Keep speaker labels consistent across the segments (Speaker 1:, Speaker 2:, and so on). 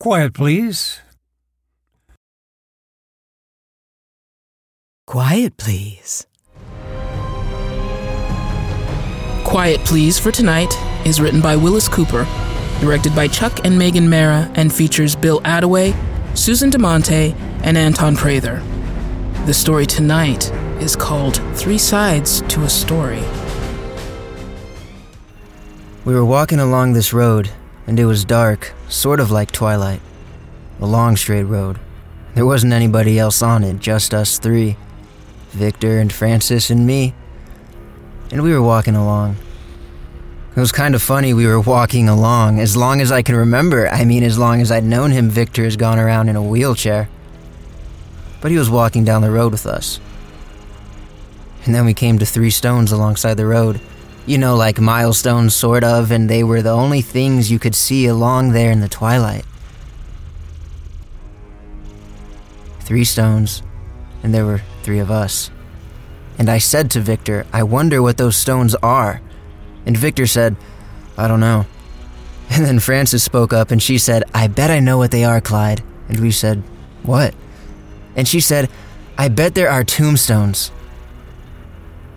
Speaker 1: Quiet, please.
Speaker 2: Quiet, please.
Speaker 3: Quiet Please for Tonight is written by Willis Cooper, directed by Chuck and Megan Mara, and features Bill Attaway, Susan DeMonte, and Anton Prather. The story tonight is called Three Sides to a Story.
Speaker 4: We were walking along this road, and it was dark, sort of like twilight. A long straight road. There wasn't anybody else on it, just us three Victor and Francis and me. And we were walking along. It was kind of funny we were walking along, as long as I can remember. I mean, as long as I'd known him, Victor has gone around in a wheelchair. But he was walking down the road with us. And then we came to three stones alongside the road. You know, like milestones, sort of, and they were the only things you could see along there in the twilight. Three stones, and there were three of us. And I said to Victor, I wonder what those stones are. And Victor said, I don't know. And then Frances spoke up and she said, I bet I know what they are, Clyde. And we said, What? And she said, I bet there are tombstones.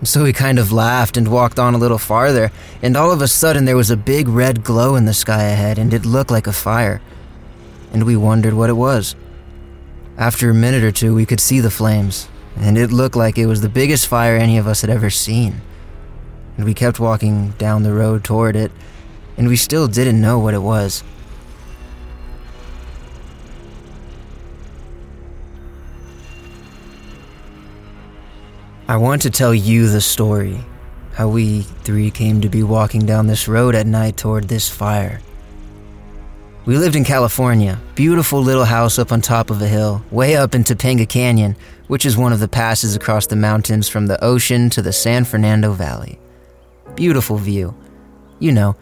Speaker 4: And so we kind of laughed and walked on a little farther, and all of a sudden there was a big red glow in the sky ahead, and it looked like a fire. And we wondered what it was. After a minute or two, we could see the flames, and it looked like it was the biggest fire any of us had ever seen and we kept walking down the road toward it, and we still didn't know what it was. I want to tell you the story how we three came to be walking down this road at night toward this fire. We lived in California, beautiful little house up on top of a hill, way up in Topanga Canyon, which is one of the passes across the mountains from the ocean to the San Fernando Valley beautiful view. You know,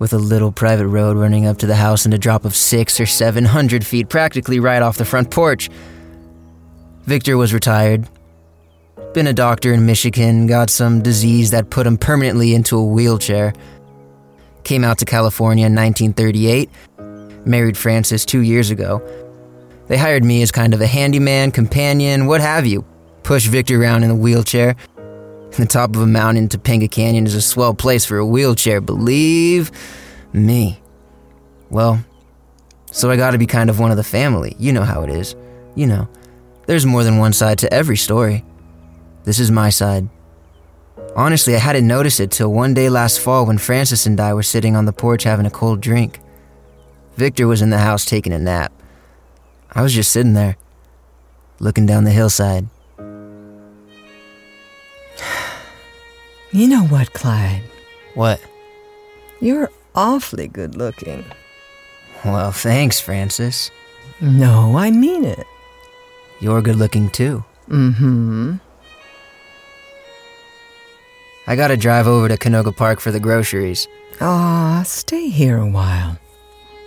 Speaker 4: with a little private road running up to the house and a drop of six or seven hundred feet practically right off the front porch. Victor was retired, been a doctor in Michigan, got some disease that put him permanently into a wheelchair, came out to California in 1938, married Frances two years ago. They hired me as kind of a handyman, companion, what have you. Push Victor around in a wheelchair, the top of a mountain, Topanga Canyon, is a swell place for a wheelchair, believe me. Well, so I gotta be kind of one of the family. You know how it is. You know, there's more than one side to every story. This is my side. Honestly, I hadn't noticed it till one day last fall when Francis and I were sitting on the porch having a cold drink. Victor was in the house taking a nap. I was just sitting there, looking down the hillside.
Speaker 2: You know what, Clyde?
Speaker 4: What?
Speaker 2: You're awfully good looking.
Speaker 4: Well, thanks, Francis.
Speaker 2: No, I mean it.
Speaker 4: You're good looking too.
Speaker 2: Mm hmm.
Speaker 4: I gotta drive over to Canoga Park for the groceries.
Speaker 2: Ah, stay here a while.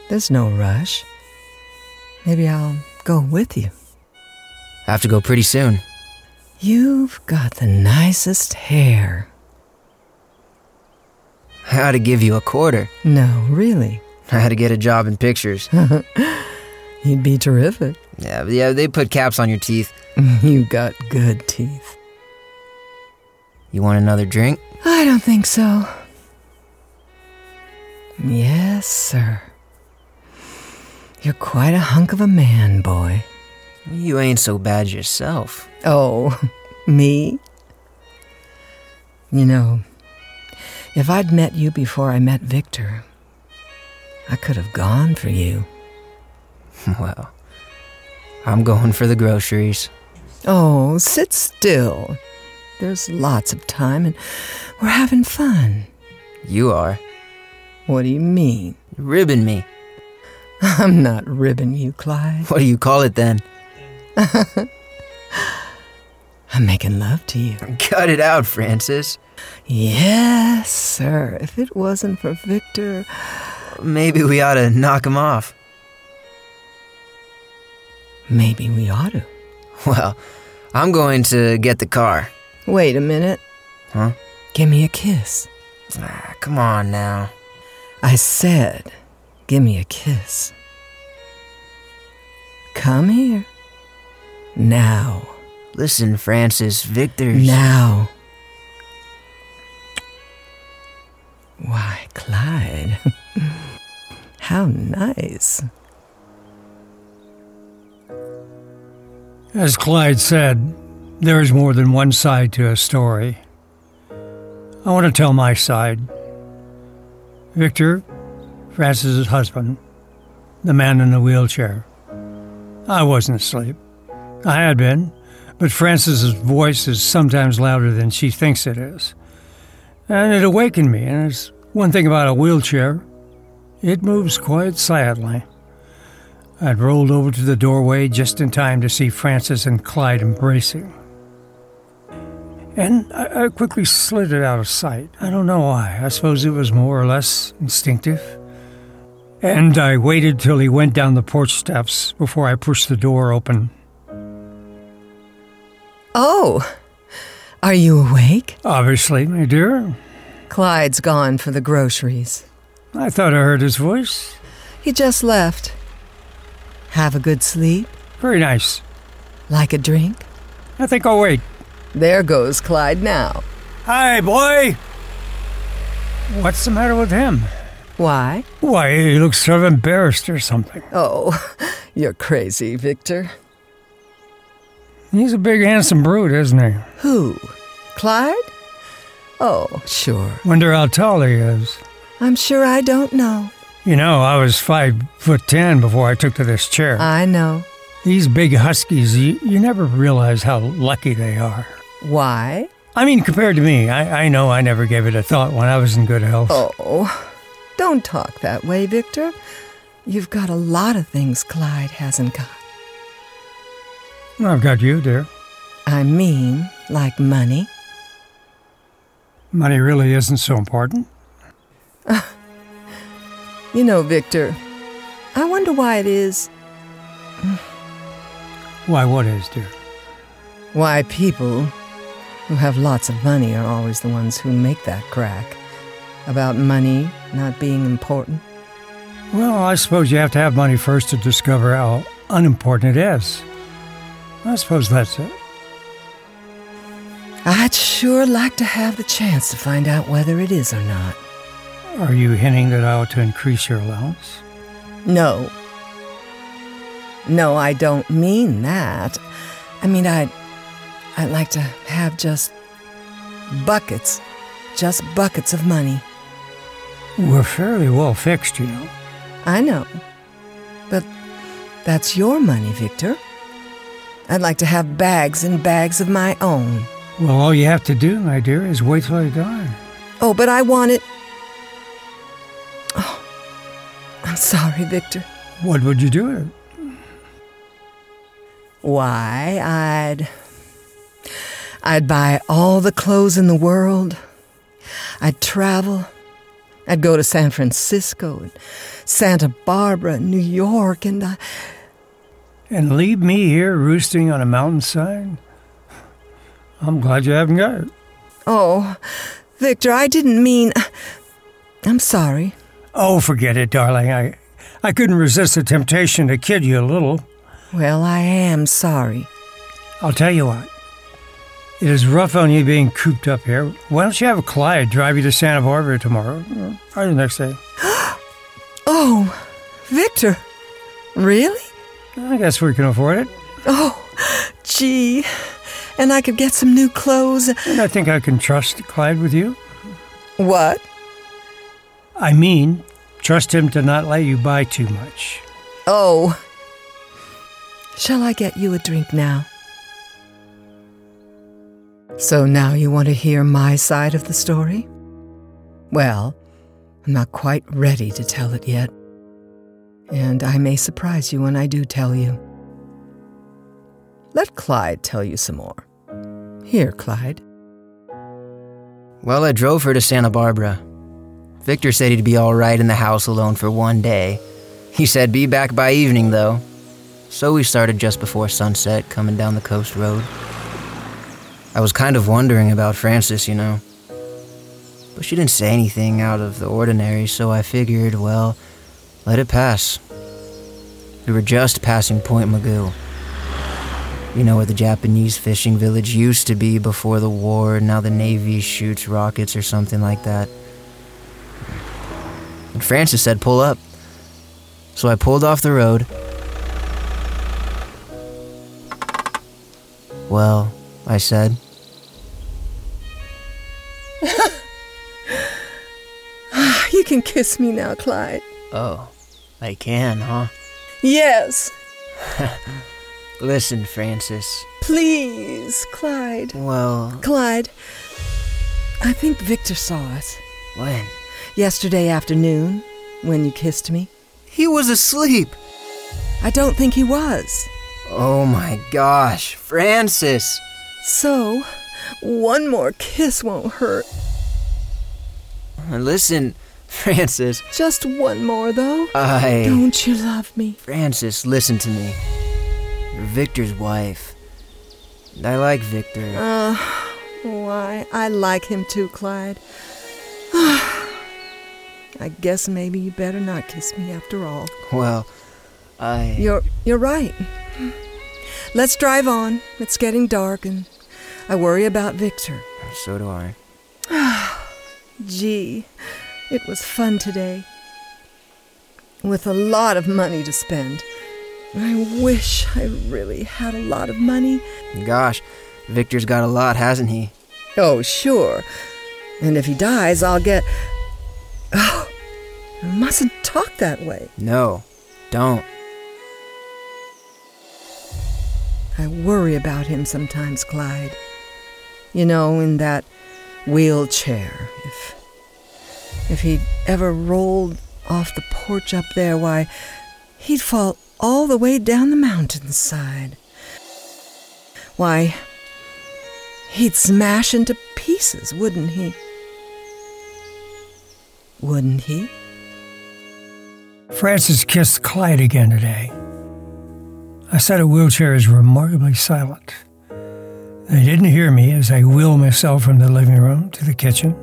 Speaker 2: There's no rush. Maybe I'll go with you.
Speaker 4: I have to go pretty soon.
Speaker 2: You've got the nicest hair.
Speaker 4: I ought to give you a quarter.
Speaker 2: No, really.
Speaker 4: I had to get a job in pictures.
Speaker 2: You'd be terrific.
Speaker 4: Yeah, but yeah, they put caps on your teeth.
Speaker 2: You got good teeth.
Speaker 4: You want another drink?
Speaker 2: I don't think so. Yes, sir. You're quite a hunk of a man, boy.
Speaker 4: You ain't so bad yourself.
Speaker 2: Oh, me? You know, if I'd met you before I met Victor, I could have gone for you.
Speaker 4: Well, I'm going for the groceries.
Speaker 2: Oh, sit still. There's lots of time and we're having fun.
Speaker 4: You are.
Speaker 2: What do you mean?
Speaker 4: Ribbon me.
Speaker 2: I'm not ribbing you, Clyde.
Speaker 4: What do you call it then?
Speaker 2: I'm making love to you.
Speaker 4: Cut it out, Francis.
Speaker 2: Yes, sir. If it wasn't for Victor,
Speaker 4: Maybe we ought to knock him off.
Speaker 2: maybe we ought to.
Speaker 4: Well, I'm going to get the car.
Speaker 2: Wait a minute.
Speaker 4: Huh?
Speaker 2: Give me a kiss.
Speaker 4: Ah, come on now.
Speaker 2: I said, give me a kiss. Come here. Now.
Speaker 4: Listen, Francis, Victor's.
Speaker 2: Now. Why, Clyde. How nice.
Speaker 1: As Clyde said, there is more than one side to a story. I want to tell my side. Victor, Francis's husband, the man in the wheelchair. I wasn't asleep. I had been, but Francis's voice is sometimes louder than she thinks it is. And it awakened me, and it's one thing about a wheelchair, it moves quite silently. I'd rolled over to the doorway just in time to see Francis and Clyde embracing. And I, I quickly slid it out of sight. I don't know why. I suppose it was more or less instinctive. And I waited till he went down the porch steps before I pushed the door open.
Speaker 2: Oh, are you awake?
Speaker 1: Obviously, my dear.
Speaker 2: Clyde's gone for the groceries.
Speaker 1: I thought I heard his voice.
Speaker 2: He just left. Have a good sleep?
Speaker 1: Very nice.
Speaker 2: Like a drink?
Speaker 1: I think I'll wait.
Speaker 2: There goes Clyde now.
Speaker 1: Hi, boy! What's the matter with him?
Speaker 2: Why?
Speaker 1: Why, he looks sort of embarrassed or something.
Speaker 2: Oh, you're crazy, Victor.
Speaker 1: He's a big, handsome brute, isn't he?
Speaker 2: Who? Clyde? Oh, sure.
Speaker 1: Wonder how tall he is.
Speaker 2: I'm sure I don't know.
Speaker 1: You know, I was five foot ten before I took to this chair.
Speaker 2: I know.
Speaker 1: These big huskies, you, you never realize how lucky they are.
Speaker 2: Why?
Speaker 1: I mean, compared to me, I, I know I never gave it a thought when I was in good health.
Speaker 2: Oh, don't talk that way, Victor. You've got a lot of things Clyde hasn't got.
Speaker 1: I've got you, dear.
Speaker 2: I mean, like money.
Speaker 1: Money really isn't so important.
Speaker 2: You know, Victor, I wonder why it is
Speaker 1: Why, what is, dear?
Speaker 2: why people who have lots of money are always the ones who make that crack about money not being important.
Speaker 1: Well, I suppose you have to have money first to discover how unimportant it is. I suppose that's it.
Speaker 2: I'd sure like to have the chance to find out whether it is or not.
Speaker 1: Are you hinting that I ought to increase your allowance?
Speaker 2: No. No, I don't mean that. I mean, I'd, I'd like to have just buckets, just buckets of money.
Speaker 1: We're fairly well fixed, you know.
Speaker 2: I know. But that's your money, Victor. I'd like to have bags and bags of my own.
Speaker 1: Well, all you have to do, my dear, is wait till I die.
Speaker 2: Oh, but I want it. Oh, I'm sorry, Victor.
Speaker 1: What would you do it?
Speaker 2: Why, I'd. I'd buy all the clothes in the world. I'd travel. I'd go to San Francisco and Santa Barbara and New York, and I,
Speaker 1: And leave me here roosting on a mountainside? I'm glad you haven't got it.
Speaker 2: oh, Victor, I didn't mean. I'm sorry.
Speaker 1: Oh, forget it, darling. I, I couldn't resist the temptation to kid you a little.
Speaker 2: Well, I am sorry.
Speaker 1: I'll tell you what. It is rough on you being cooped up here. Why don't you have Clyde drive you to Santa Barbara tomorrow or the next day?
Speaker 2: Oh, Victor. Really?
Speaker 1: I guess we can afford it.
Speaker 2: Oh, gee. And I could get some new clothes.
Speaker 1: And I think I can trust Clyde with you.
Speaker 2: What?
Speaker 1: I mean, trust him to not let you buy too much.
Speaker 2: Oh. Shall I get you a drink now? So now you want to hear my side of the story? Well, I'm not quite ready to tell it yet. And I may surprise you when I do tell you. Let Clyde tell you some more. Here, Clyde.
Speaker 4: Well, I drove her to Santa Barbara. Victor said he'd be all right in the house alone for one day. He said be back by evening, though. So we started just before sunset, coming down the coast road. I was kind of wondering about Frances, you know. But she didn't say anything out of the ordinary, so I figured, well, let it pass. We were just passing Point Magoo. You know where the Japanese fishing village used to be before the war, and now the Navy shoots rockets or something like that. And Francis said, pull up. So I pulled off the road. Well, I said.
Speaker 2: You can kiss me now, Clyde.
Speaker 4: Oh, I can, huh?
Speaker 2: Yes,
Speaker 4: Listen, Francis.
Speaker 2: please, Clyde.
Speaker 4: Well,
Speaker 2: Clyde, I think Victor saw us
Speaker 4: when?
Speaker 2: yesterday afternoon when you kissed me.
Speaker 4: He was asleep.
Speaker 2: I don't think he was.
Speaker 4: Oh my gosh, Francis.
Speaker 2: So, one more kiss won't hurt.
Speaker 4: Listen, Francis.
Speaker 2: Just one more, though.
Speaker 4: I.
Speaker 2: Don't you love me?
Speaker 4: Francis, listen to me. You're Victor's wife. And I like Victor.
Speaker 2: Uh, why? I like him too, Clyde. I guess maybe you better not kiss me after all.
Speaker 4: Well, I.
Speaker 2: You're you're right. Let's drive on. It's getting dark and I worry about Victor.
Speaker 4: So do I.
Speaker 2: Gee, it was fun today. With a lot of money to spend. I wish I really had a lot of money.
Speaker 4: Gosh, Victor's got a lot, hasn't he?
Speaker 2: Oh, sure. And if he dies, I'll get. Oh, I mustn't talk that way.
Speaker 4: No, don't.
Speaker 2: I worry about him sometimes, Clyde. You know, in that wheelchair. If if he ever rolled off the porch up there, why, he'd fall all the way down the mountainside. Why, he'd smash into pieces, wouldn't he? Wouldn't he?
Speaker 1: Francis kissed Clyde again today. I said a wheelchair is remarkably silent. They didn't hear me as I wheeled myself from the living room to the kitchen,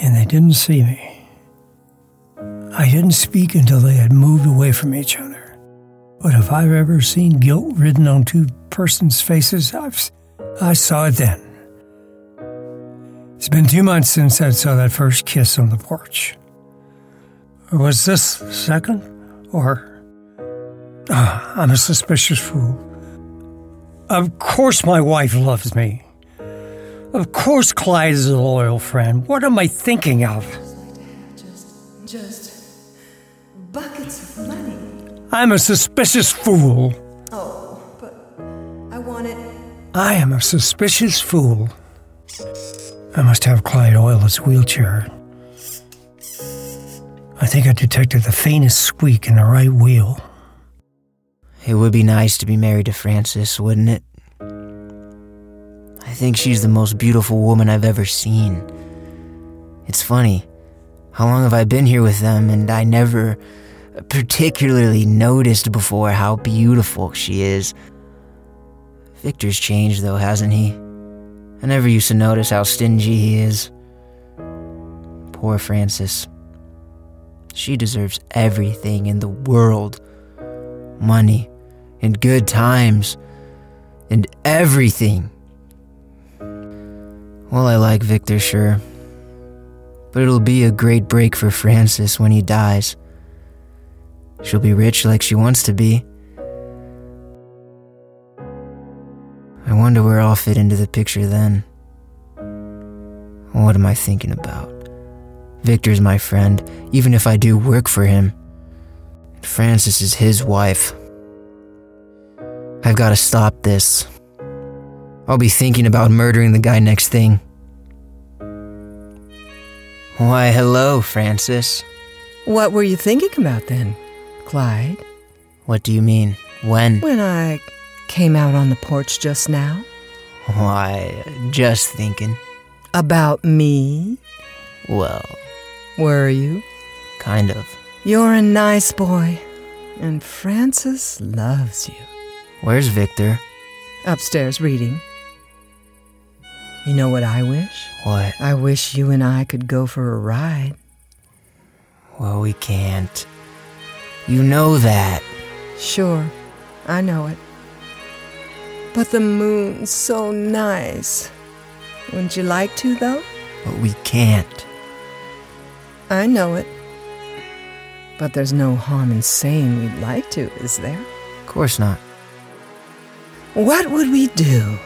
Speaker 1: and they didn't see me. I didn't speak until they had moved away from each other. But if I've ever seen guilt written on two persons' faces, I've, s- I saw it then. It's been two months since I saw that first kiss on the porch. Or was this second? Or. Ah, I'm a suspicious fool. Of course, my wife loves me. Of course, Clyde is a loyal friend. What am I thinking of?
Speaker 2: Just buckets of money.
Speaker 1: I'm a suspicious fool.
Speaker 2: Oh, but I want it.
Speaker 1: I am a suspicious fool. I must have Clyde oil his wheelchair. I think I detected the faintest squeak in the right wheel.
Speaker 4: It would be nice to be married to Frances, wouldn't it? I think she's the most beautiful woman I've ever seen. It's funny. How long have I been here with them, and I never particularly noticed before how beautiful she is. Victor's changed, though, hasn't he? I never used to notice how stingy he is. Poor Frances. She deserves everything in the world money, and good times, and everything. Well, I like Victor, sure. But it'll be a great break for Francis when he dies. She'll be rich like she wants to be. I wonder where I'll fit into the picture then. What am I thinking about? Victor's my friend, even if I do work for him. Frances is his wife. I've got to stop this. I'll be thinking about murdering the guy next thing. Why, hello, Francis.
Speaker 2: What were you thinking about then, Clyde?
Speaker 4: What do you mean? When?
Speaker 2: When I came out on the porch just now?
Speaker 4: Why, just thinking.
Speaker 2: About me?
Speaker 4: Well,
Speaker 2: Were you?
Speaker 4: kind of.
Speaker 2: You're a nice boy, and Francis loves you.
Speaker 4: Where's Victor?
Speaker 2: Upstairs reading. You know what I wish?
Speaker 4: What?
Speaker 2: I wish you and I could go for a ride.
Speaker 4: Well, we can't. You know that.
Speaker 2: Sure, I know it. But the moon's so nice. Wouldn't you like to, though?
Speaker 4: But we can't.
Speaker 2: I know it. But there's no harm in saying we'd like to, is there?
Speaker 4: Of course not.
Speaker 2: What would we do?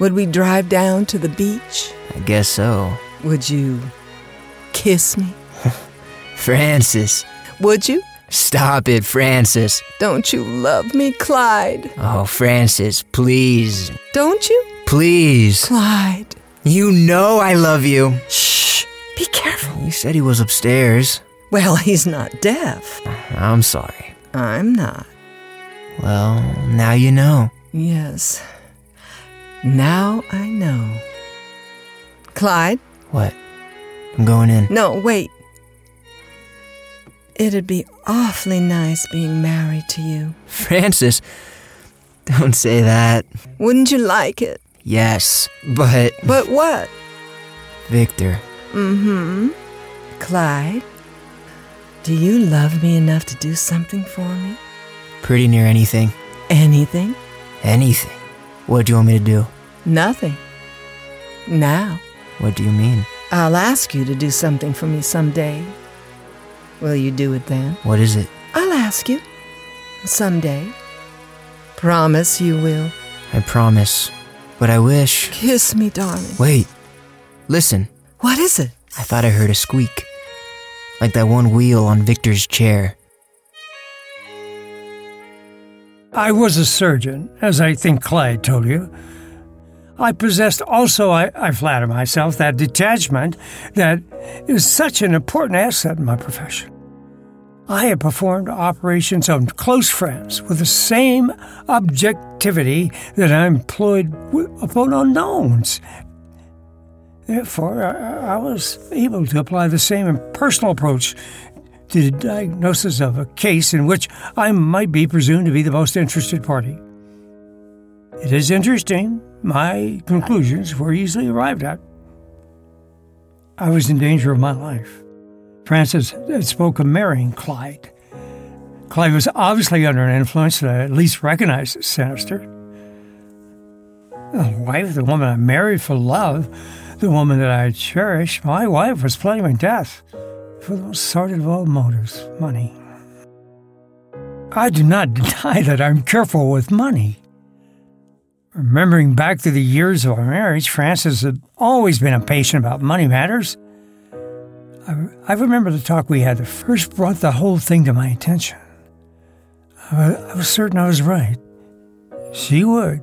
Speaker 2: Would we drive down to the beach?
Speaker 4: I guess so.
Speaker 2: Would you kiss me?
Speaker 4: Francis.
Speaker 2: Would you?
Speaker 4: Stop it, Francis.
Speaker 2: Don't you love me, Clyde?
Speaker 4: Oh, Francis, please.
Speaker 2: Don't you?
Speaker 4: Please.
Speaker 2: Clyde.
Speaker 4: You know I love you.
Speaker 2: Shh. Be careful.
Speaker 4: You said he was upstairs.
Speaker 2: Well, he's not deaf.
Speaker 4: I'm sorry.
Speaker 2: I'm not.
Speaker 4: Well, now you know.
Speaker 2: Yes. Now I know. Clyde?
Speaker 4: What? I'm going in.
Speaker 2: No, wait. It'd be awfully nice being married to you.
Speaker 4: Francis, don't say that.
Speaker 2: Wouldn't you like it?
Speaker 4: Yes, but
Speaker 2: But what?
Speaker 4: Victor,
Speaker 2: Mm-hmm. Clyde, do you love me enough to do something for me?
Speaker 4: pretty near anything.
Speaker 2: Anything?
Speaker 4: Anything. What do you want me to do?
Speaker 2: Nothing. Now,
Speaker 4: What do you mean?
Speaker 2: I'll ask you to do something for me someday. Will you do it then?
Speaker 4: What is it?
Speaker 2: I'll ask you. Someday. Promise you will.
Speaker 4: I promise. But I wish.
Speaker 2: Kiss me, darling.
Speaker 4: Wait. Listen.
Speaker 2: What is it?
Speaker 4: I thought I heard a squeak. Like that one wheel on Victor's chair.
Speaker 1: I was a surgeon, as I think Clyde told you. I possessed also, I, I flatter myself, that detachment that is such an important asset in my profession. I have performed operations on close friends with the same objectivity that I employed wi- upon unknowns. Therefore, I, I was able to apply the same personal approach to the diagnosis of a case in which I might be presumed to be the most interested party. It is interesting. My conclusions were easily arrived at. I was in danger of my life. Francis had spoke of marrying Clyde. Clyde was obviously under an influence that I at least recognized as sinister. The wife, the woman I married for love, the woman that I cherished, my wife was playing with death for the most sordid of all motives money. I do not deny that I'm careful with money. Remembering back to the years of our marriage, Francis had always been impatient about money matters. I, I remember the talk we had that first brought the whole thing to my attention. I wa- I was certain I was right. She would,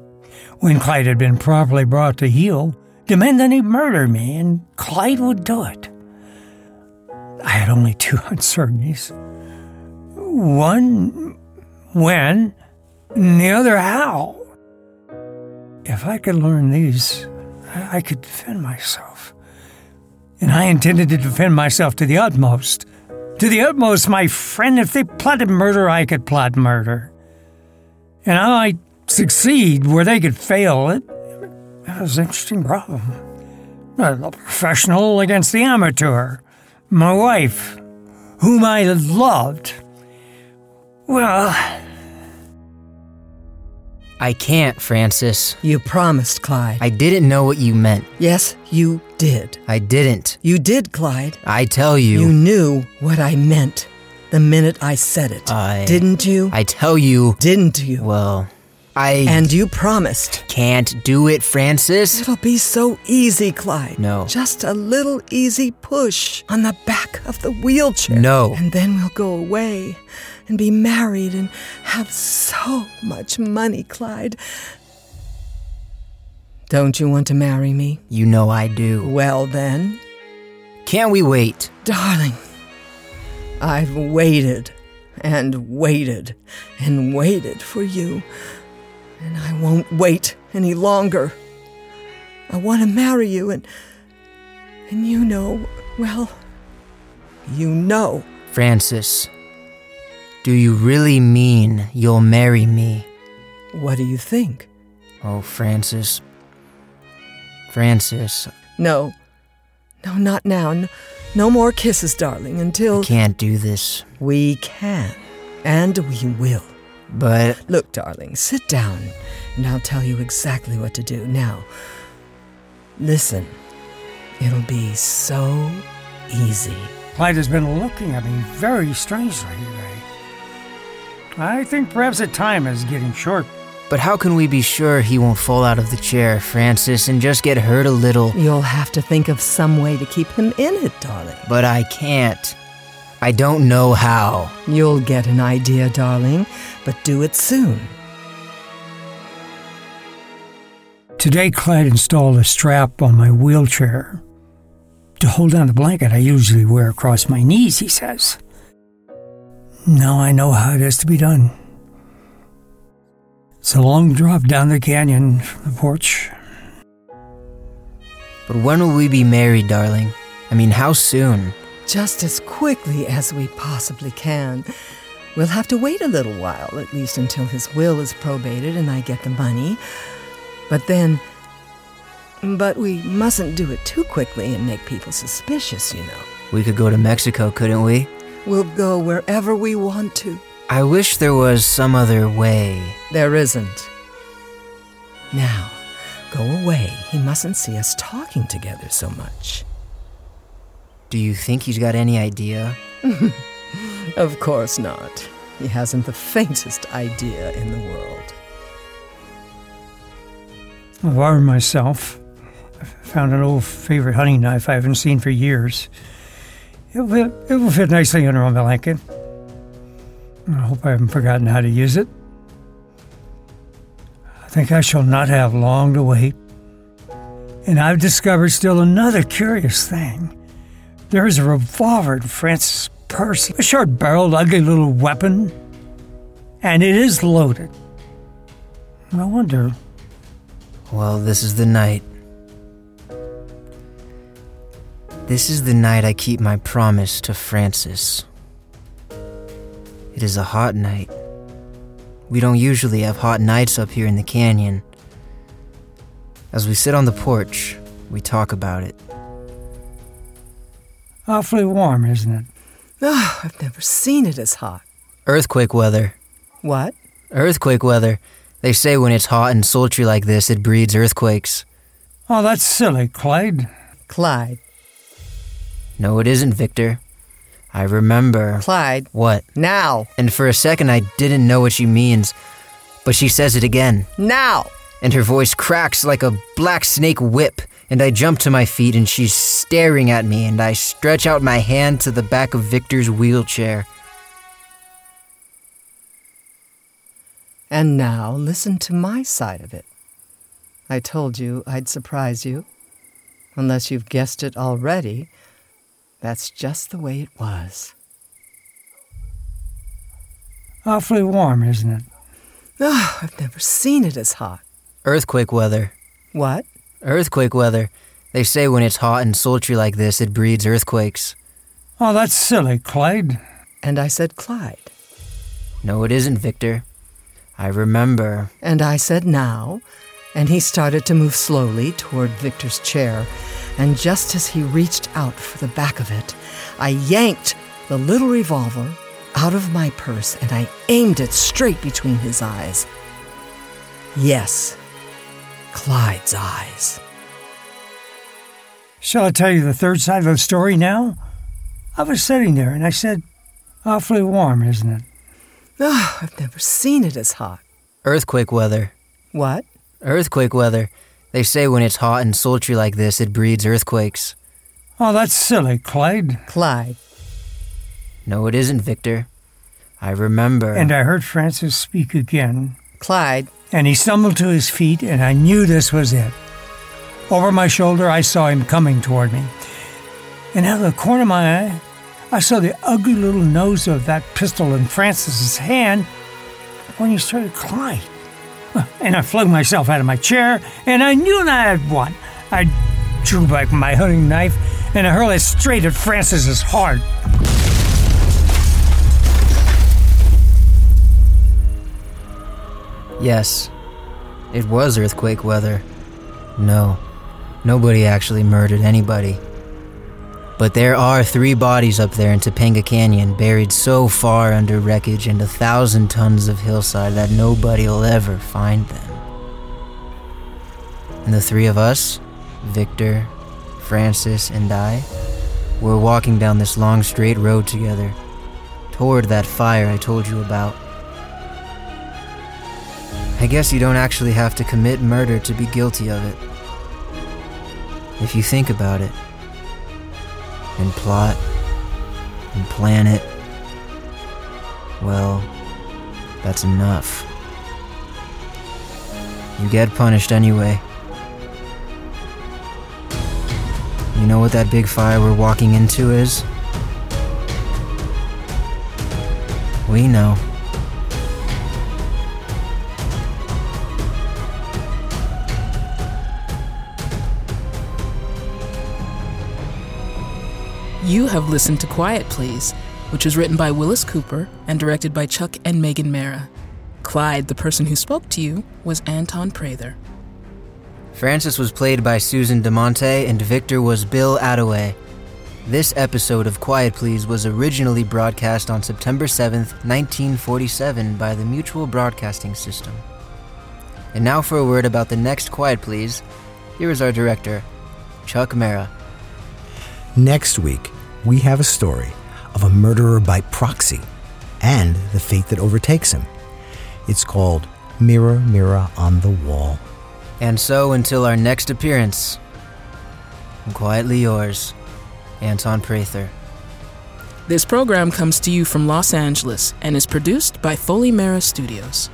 Speaker 1: when Clyde had been properly brought to heel, demand that he murder me, and Clyde would do it. I had only two uncertainties. One, when, and the other, how. If I could learn these, I I could defend myself. And I intended to defend myself to the utmost. To the utmost, my friend, if they plotted murder, I could plot murder. And I might succeed where they could fail. It, that was an interesting problem. A professional against the amateur my wife, whom I loved. Well,
Speaker 4: I can't, Francis.
Speaker 2: You promised, Clyde.
Speaker 4: I didn't know what you meant.
Speaker 2: yes, you did.
Speaker 4: I didn't.
Speaker 2: You did, Clyde.
Speaker 4: I tell you.
Speaker 2: You knew what I meant the minute I said it.
Speaker 4: I-
Speaker 2: Didn't you?
Speaker 4: I tell you.
Speaker 2: Didn't you?
Speaker 4: Well, I
Speaker 2: and you promised.
Speaker 4: can't do it, Francis.
Speaker 2: It'll be so easy, Clyde.
Speaker 4: No.
Speaker 2: Just a little easy push on the back of the wheelchair.
Speaker 4: No.
Speaker 2: And then we'll go away and be married and have so much money, Clyde. Don't you want to marry me?
Speaker 4: You know I do.
Speaker 2: Well, then,
Speaker 4: Can't we wait?
Speaker 2: darling, I've waited and waited and waited for you, and I won't wait any longer. I want to marry you, and and you know, well, you know,
Speaker 4: Francis, do you really mean you'll marry me?
Speaker 2: what do you think?
Speaker 4: Oh, Francis. Francis,
Speaker 2: No, no, not now. No, no more kisses, darling,
Speaker 4: I
Speaker 2: until
Speaker 4: can't do this.
Speaker 2: we can. And we will.
Speaker 4: But
Speaker 2: Look, darling, sit down and I'll tell you exactly what to do. Now, listen, it'll be so easy.
Speaker 1: Clyde has been looking at me very strangely today. I think perhaps the time is getting short.
Speaker 4: but how can we be sure he won't fall out of the chair, Francis, and just get hurt a little?
Speaker 2: You'll have to think of some way to keep him in it, darling.
Speaker 4: But I can't. I don't know how.
Speaker 2: You'll get an idea, darling, but do it soon.
Speaker 1: Today, Clyde installed a strap on my wheelchair to hold down the blanket I usually wear across my knees, he says. Now I know how it is to be done. It's a long drop down the canyon from the porch.
Speaker 4: But when will we be married, darling? I mean, how soon?
Speaker 2: Just as quickly as we possibly can. We'll have to wait a little while, at least until his will is probated and I get the money. But then. But we mustn't do it too quickly and make people suspicious, you know.
Speaker 4: We could go to Mexico, couldn't we?
Speaker 2: We'll go wherever we want to.
Speaker 4: I wish there was some other way.
Speaker 2: There isn't. Now, go away. He mustn't see us talking together so much.
Speaker 4: Do you think he's got any idea?
Speaker 2: Of course not. He hasn't the faintest idea in the world.
Speaker 1: I've armed myself. I found an old favorite hunting knife I haven't seen for years. It will, it will fit nicely under my blanket. I hope I haven't forgotten how to use it. I think I shall not have long to wait. And I've discovered still another curious thing. There is a revolver in Francis' purse, a short barreled, ugly little weapon, and it is loaded. I wonder
Speaker 4: Well, this is the night. This is the night I keep my promise to Francis. It is a hot night. We don't usually have hot nights up here in the canyon. As we sit on the porch, we talk about it.
Speaker 1: Awfully warm, isn't it?
Speaker 2: Oh, I've never seen it as hot.
Speaker 4: Earthquake weather.
Speaker 2: What?
Speaker 4: Earthquake weather. They say when it's hot and sultry like this, it breeds earthquakes.
Speaker 1: Oh, that's silly, Clyde.
Speaker 2: Clyde.
Speaker 4: No, it isn't, Victor. I remember.
Speaker 2: Clyde,
Speaker 4: What?
Speaker 2: now.
Speaker 4: And for a second, I didn't know what she means. But she says it again,
Speaker 2: Now!
Speaker 4: and her voice cracks like a black snake whip. And I jump to my feet, and she's staring at me, and I stretch out my hand to the back of Victor's wheelchair.
Speaker 2: And now listen to my side of it. I told you I'd surprise you. Unless you've guessed it already, that's just the way it was.
Speaker 1: Awfully warm, isn't it?
Speaker 2: Oh, I've never seen it as hot.
Speaker 4: Earthquake weather.
Speaker 2: What?
Speaker 4: Earthquake weather. They say when it's hot and sultry like this, it breeds earthquakes.
Speaker 1: Oh, that's silly, Clyde.
Speaker 2: And I said Clyde.
Speaker 4: No, it isn't, Victor. I remember.
Speaker 2: And I said now. And he started to move slowly toward Victor's chair. And just as he reached out for the back of it, I yanked the little revolver out of my purse and I aimed it straight between his eyes. Yes, Clyde's eyes.
Speaker 1: Shall I tell you the third side of the story now? I was sitting there and I said, Awfully warm, isn't it?
Speaker 2: Oh, I've never seen it as hot.
Speaker 4: Earthquake weather.
Speaker 2: What?
Speaker 4: Earthquake weather. They say when it's hot and sultry like this, it breeds earthquakes.
Speaker 1: Oh, that's silly, Clyde.
Speaker 2: Clyde.
Speaker 4: No, it isn't, Victor. I remember.
Speaker 1: And I heard Francis speak again,
Speaker 2: Clyde.
Speaker 1: and he stumbled to his feet, and I knew this was it. Over my shoulder, I saw him coming toward me. And out of the corner of my eye, I saw the ugly little nose of that pistol in Francis's hand when he started crying. And I flung myself out of my chair, and I knew that I had won. I drew back my hunting knife, and I hurled it straight at Francis's heart.
Speaker 4: Yes. It was earthquake weather. No. Nobody actually murdered anybody. But there are three bodies up there in Topanga Canyon, buried so far under wreckage and a thousand tons of hillside that nobody will ever find them. And the three of us, Victor, Francis, and I, were walking down this long straight road together, toward that fire I told you about. I guess you don't actually have to commit murder to be guilty of it. If you think about it, and plot, and plan it, well, that's enough. You get punished anyway. You know what that big fire we're walking into is? We know.
Speaker 3: You have listened to Quiet Please, which was written by Willis Cooper and directed by Chuck and Megan Mara. Clyde, the person who spoke to you, was Anton Prather.
Speaker 4: Francis was played by Susan DeMonte and Victor was Bill Attaway. This episode of Quiet Please was originally broadcast on September 7th, 1947 by the Mutual Broadcasting System. And now for a word about the next Quiet Please, here is our director, Chuck Mara.
Speaker 5: Next week, we have a story of a murderer by proxy and the fate that overtakes him. It's called Mirror, Mirror on the Wall.
Speaker 4: And so until our next appearance, I'm quietly yours, Anton Prather.
Speaker 3: This program comes to you from Los Angeles and is produced by Foley Mara Studios.